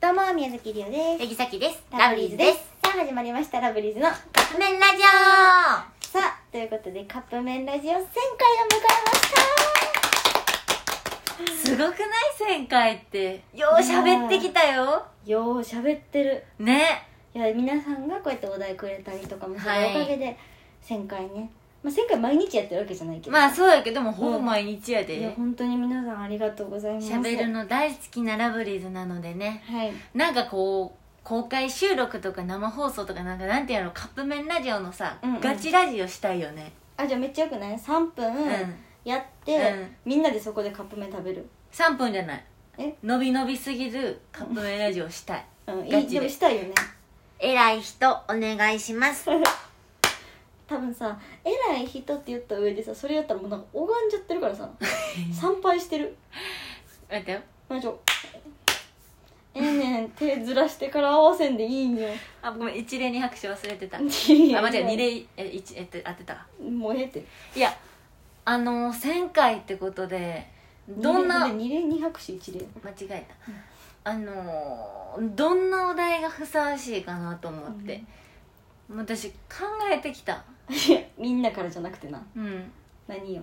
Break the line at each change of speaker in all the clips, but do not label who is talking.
どうも宮崎りおです
ヤギサキです。
さあ始まりましたラブリーズのさ
カップ麺ラジ
あということでカップ麺ラジオ1000回を迎えました
オすごくない ?1000 回って。よう喋ってきたよ。
よう喋ってる
ね。
いや皆さんがこうやってお題くれたりとかもする
はい
おかげで1000回ね、まあ、1000回毎日やってるわけじゃないけど、
まあそうやけど、でもほぼ毎日や
いや
で。
本当に皆さんありがとうございます
喋るの大好きなラブリーズなのでね。
はい
なんかこう、公開収録とか生放送とかなんかなんていうのカップ麺ラジオのさ、
うんうん
ガチラジオしたいよね。
あじゃあめっちゃよくない3分
うん
やって、
うん
みんなでそこでカップ麺食べる
3分じゃない。
え
伸び伸びすぎるカップ麺ラジオしたい。
うんい
ガ
い
チで
でもしたいよね
偉い人、お願いします。
多分さ偉い人って言った上でさそれやったらもうなんか拝んじゃってるから さ参拝してる
待ってよ。
まあちょええねん手ずらしてから合わせんでいいんよ
あ、ごめん、一例に拍手忘れてた。
あ
あ間違え二例え一えっと当てた
もうええって
いやあの1000回ってことでどんな間違
二例二拍手一例
えた、あのどんなお題がふさわしいかなと思って、もう私考えてきた
いや みんなからじゃなくてな
うん
何よ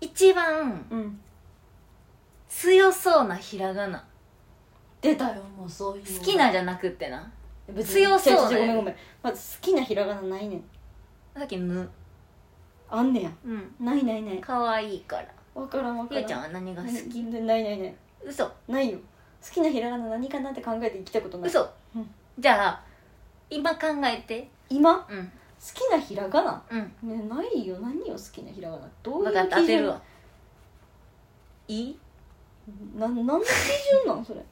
一番
うん
強そうなひらがな
出たよもうそういう
好きなじゃなくってな
別に
強そう
ちょ
な
ちょごめんごめん、まあ、好きなひらがなないねん
さっき「ぬ
あんねや」
うん
ないないない
可愛いから
わからんわから
ゆうんちゃんは何が好き
全然ないないない
嘘
ないよ好きなひらがな何かなって考えて生きたことない
嘘
うん
じゃあ今考えて
今好
うん
きなひらがな、
うん
ね、ないよ何よ好きなひらがなどうい
分
う
かった
基
当て
準
るわいい
な何の基準なんそれ好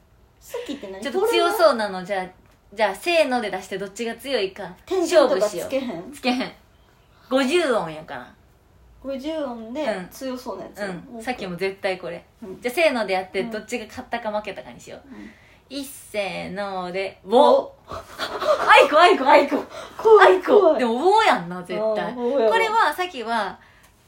きって何
ちょっと強
う
そうなのじゃあじゃあせーので出してどっちが強いか
テンショ
勝
ンとか
負しよ
つ
う
けへん
つけへん50音やか
50音で
うん
強そうなやつ、
らうんさっきも絶対これ、
うん
じゃあせーのでやって
うん
どっちが勝ったか負けたかにしよ
う
う、
ん
いっせーので「
お
ぼ」あいこあいこ あいこあ
怖い
いこ
怖い
でも「ぼ」やんな絶
あ
対
ー
こ
そうやわ
れはさっきは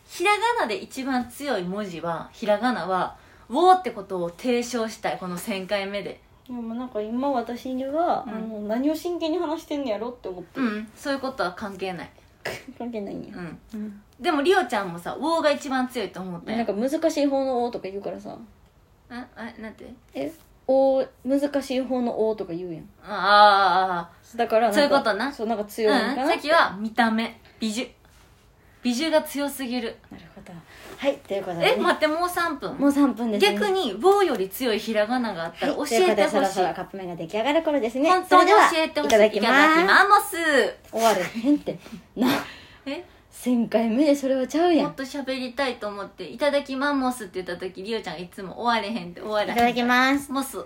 ひらがなで一番強い文字はひらがなは「ぼ」ってことを提唱したいこの1000回目で
でもなんか今私には、
うん
あの何を真剣に話してんのやろって思って
う
る、
んそういうことは関係ない
関係ないんや
う、ん
うん
でもリオちゃんもさ「ウォー」が一番強いと思った
なん
よ
か難しい方の「お」とか言うからさ
ああなんて
「えお難しい方の「お」とか言うやん
あ
だからなんか
そういうことな
そうなんか
あーあー
強いの
あ
か
ー、う
な、
ん、さっきは見た目美女美女が強すぎる
なるほどはいということで、ね、
え待ってもう3分
もう3分です、ね、
逆に「ウォー」より強いひらがながあった
はい
ら教え
ということ
て
で
ほしい,、
そろそろカップ麺が出来上がる頃ですね
本当に教
それ
え
で
て
は
ほしい
いただきます
いただきます
終わるへんってな
え
1000回目でそれはちゃうや
も
ん
っと喋りたいと思って「いただきマンモス」って言った時リオちゃんがいつも「終われへん」って終わらへん
いただきます
モス